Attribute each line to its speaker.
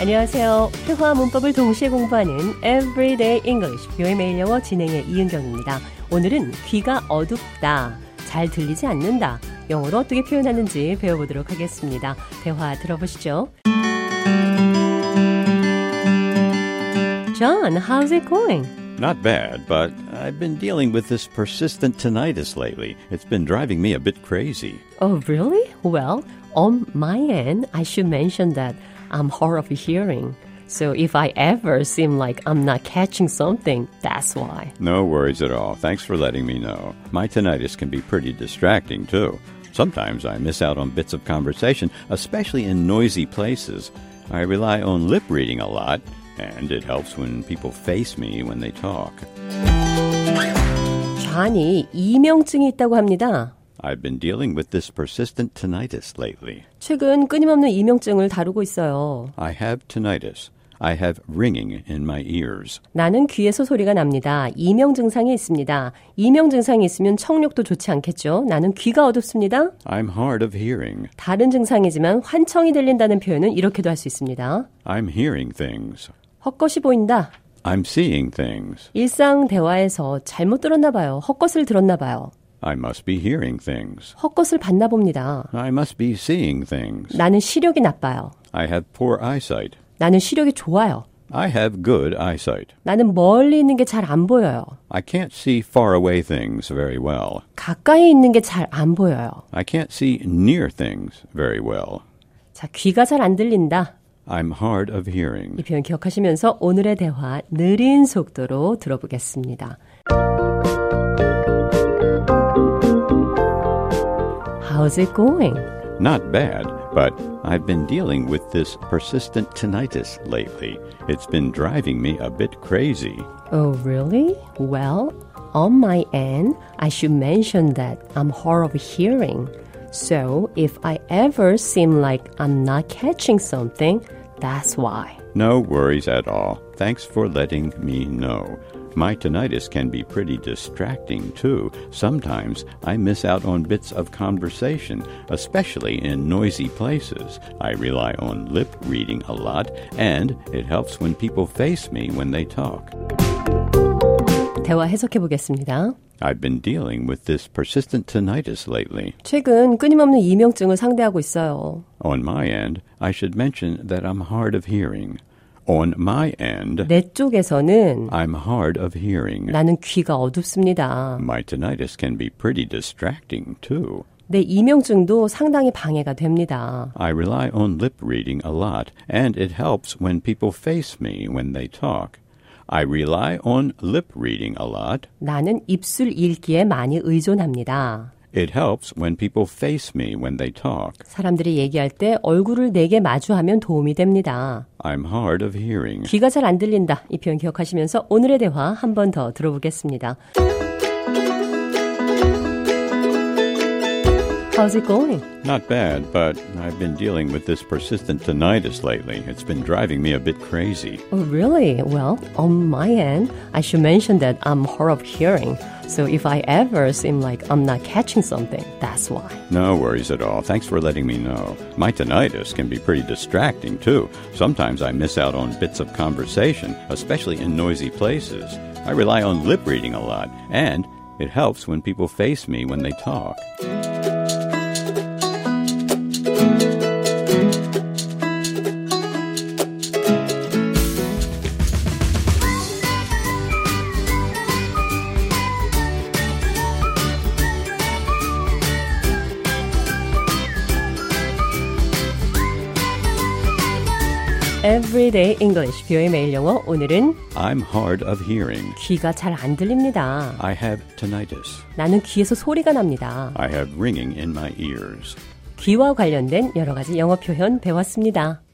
Speaker 1: 안녕하세요. 회화 문법을 동시에 공부하는 Everyday English 뷰의 매일 영어 진행의 이은경입니다. 오늘은 귀가 어둡다, 잘 들리지 않는다, 영어로 어떻게 표현하는지 배워보도록 하겠습니다. 대화 들어보시죠. John, how's it going?
Speaker 2: Not bad, but I've been dealing with this persistent tinnitus lately. It's been driving me a bit crazy.
Speaker 1: Oh, really? Well, on my end, I should mention that I'm hard of hearing. So if I ever seem like I'm not catching something, that's why.
Speaker 2: No worries at all. Thanks for letting me know. My tinnitus can be pretty distracting, too. Sometimes I miss out on bits of conversation, especially in noisy places. I rely on lip reading a lot, and it helps when people face me when they talk.
Speaker 1: 좌니 이명증이 있다고 합니다.
Speaker 2: I've been dealing with this persistent tinnitus lately.
Speaker 1: 최근 끊임없는 이명증을 다루고 있어요.
Speaker 2: I have tinnitus. I have ringing in my ears.
Speaker 1: 나는 귀에서 소리가 납니다. 이명 증상이 있습니다. 이명 증상이 있으면 청력도 좋지 않겠죠? 나는 귀가 어둡습니다.
Speaker 2: I'm hard of hearing.
Speaker 1: 다른 증상이지만 환청이 들린다는 표현은 이렇게도 할 수 있습니다.
Speaker 2: I'm hearing things.
Speaker 1: 헛것이 보인다.
Speaker 2: I'm seeing things.
Speaker 1: 일상 대화에서 잘못 들었나 봐요. 헛것을 들었나 봐요.
Speaker 2: I must be hearing things.
Speaker 1: 헛것을 봤나 봅니다.
Speaker 2: I must be seeing things.
Speaker 1: 나는 시력이 나빠요.
Speaker 2: I have poor eyesight.
Speaker 1: 나는 시력이 좋아요.
Speaker 2: I have good eyesight.
Speaker 1: 나는 멀리 있는 게 잘 안 보여요.
Speaker 2: I can't see far away things very well.
Speaker 1: 가까이 있는 게 잘 안 보여요.
Speaker 2: I can't see near things very well.
Speaker 1: 자, 귀가 잘 안 들린다.
Speaker 2: I'm hard of
Speaker 1: 이
Speaker 2: hearing.
Speaker 1: 표현 기억하시면서 오늘의 대화 느린 속도로 들어보겠습니다. How's it going?
Speaker 2: Not bad, but I've been dealing with this persistent tinnitus lately. It's been driving me a bit crazy.
Speaker 1: Oh, really? Well, on my end, I should mention that I'm hard of hearing. So if I ever seem like I'm not catching something, that's why.
Speaker 2: No worries at all. Thanks for letting me know. My tinnitus can be pretty distracting, too. Sometimes I miss out on bits of conversation, especially in noisy places. I rely on lip reading a lot, and it helps when people face me when they talk.
Speaker 1: 대화 해석해 보겠습니다.
Speaker 2: I've been dealing with this persistent tinnitus lately.
Speaker 1: 최근 끊임없는 이명증을 상대하고 있어요.
Speaker 2: On my end, I should mention that I'm hard of hearing. On my end,
Speaker 1: 내 쪽에서는
Speaker 2: I'm hard of hearing.
Speaker 1: 나는 귀가 어둡습니다.
Speaker 2: My tinnitus can be pretty distracting, too.
Speaker 1: 내 이명증도 상당히 방해가 됩니다.
Speaker 2: I rely on lip reading a lot, and it helps when people face me when they talk. I rely on lip reading a lot.
Speaker 1: 나는 입술 읽기에 많이 의존합니다.
Speaker 2: It helps when people face me when they talk.
Speaker 1: 사람들이 얘기할 때 얼굴을 내게 마주하면 도움이 됩니다.
Speaker 2: I'm hard of hearing.
Speaker 1: 귀가 잘 안 들린다. 이 표현 기억하시면서 오늘의 대화 한 번 더 들어보겠습니다. How's it going?
Speaker 2: Not bad, but I've been dealing with this persistent tinnitus lately. It's been driving me a bit crazy.
Speaker 1: Oh, really? Well, on my end, I should mention that I'm hard of hearing. So if I ever seem like I'm not catching something, that's why.
Speaker 2: No worries at all. Thanks for letting me know. My tinnitus can be pretty distracting, too. Sometimes I miss out on bits of conversation, especially in noisy places. I rely on lip reading a lot, and it helps when people face me when they talk.
Speaker 1: Everyday English, 뷰의 매일 영어. 오늘은
Speaker 2: I'm hard of hearing.
Speaker 1: 귀가 잘 안 들립니다.
Speaker 2: I have tinnitus.
Speaker 1: 나는 귀에서 소리가 납니다.
Speaker 2: I have ringing in my ears.
Speaker 1: 귀와 관련된 여러 가지 영어 표현 배웠습니다.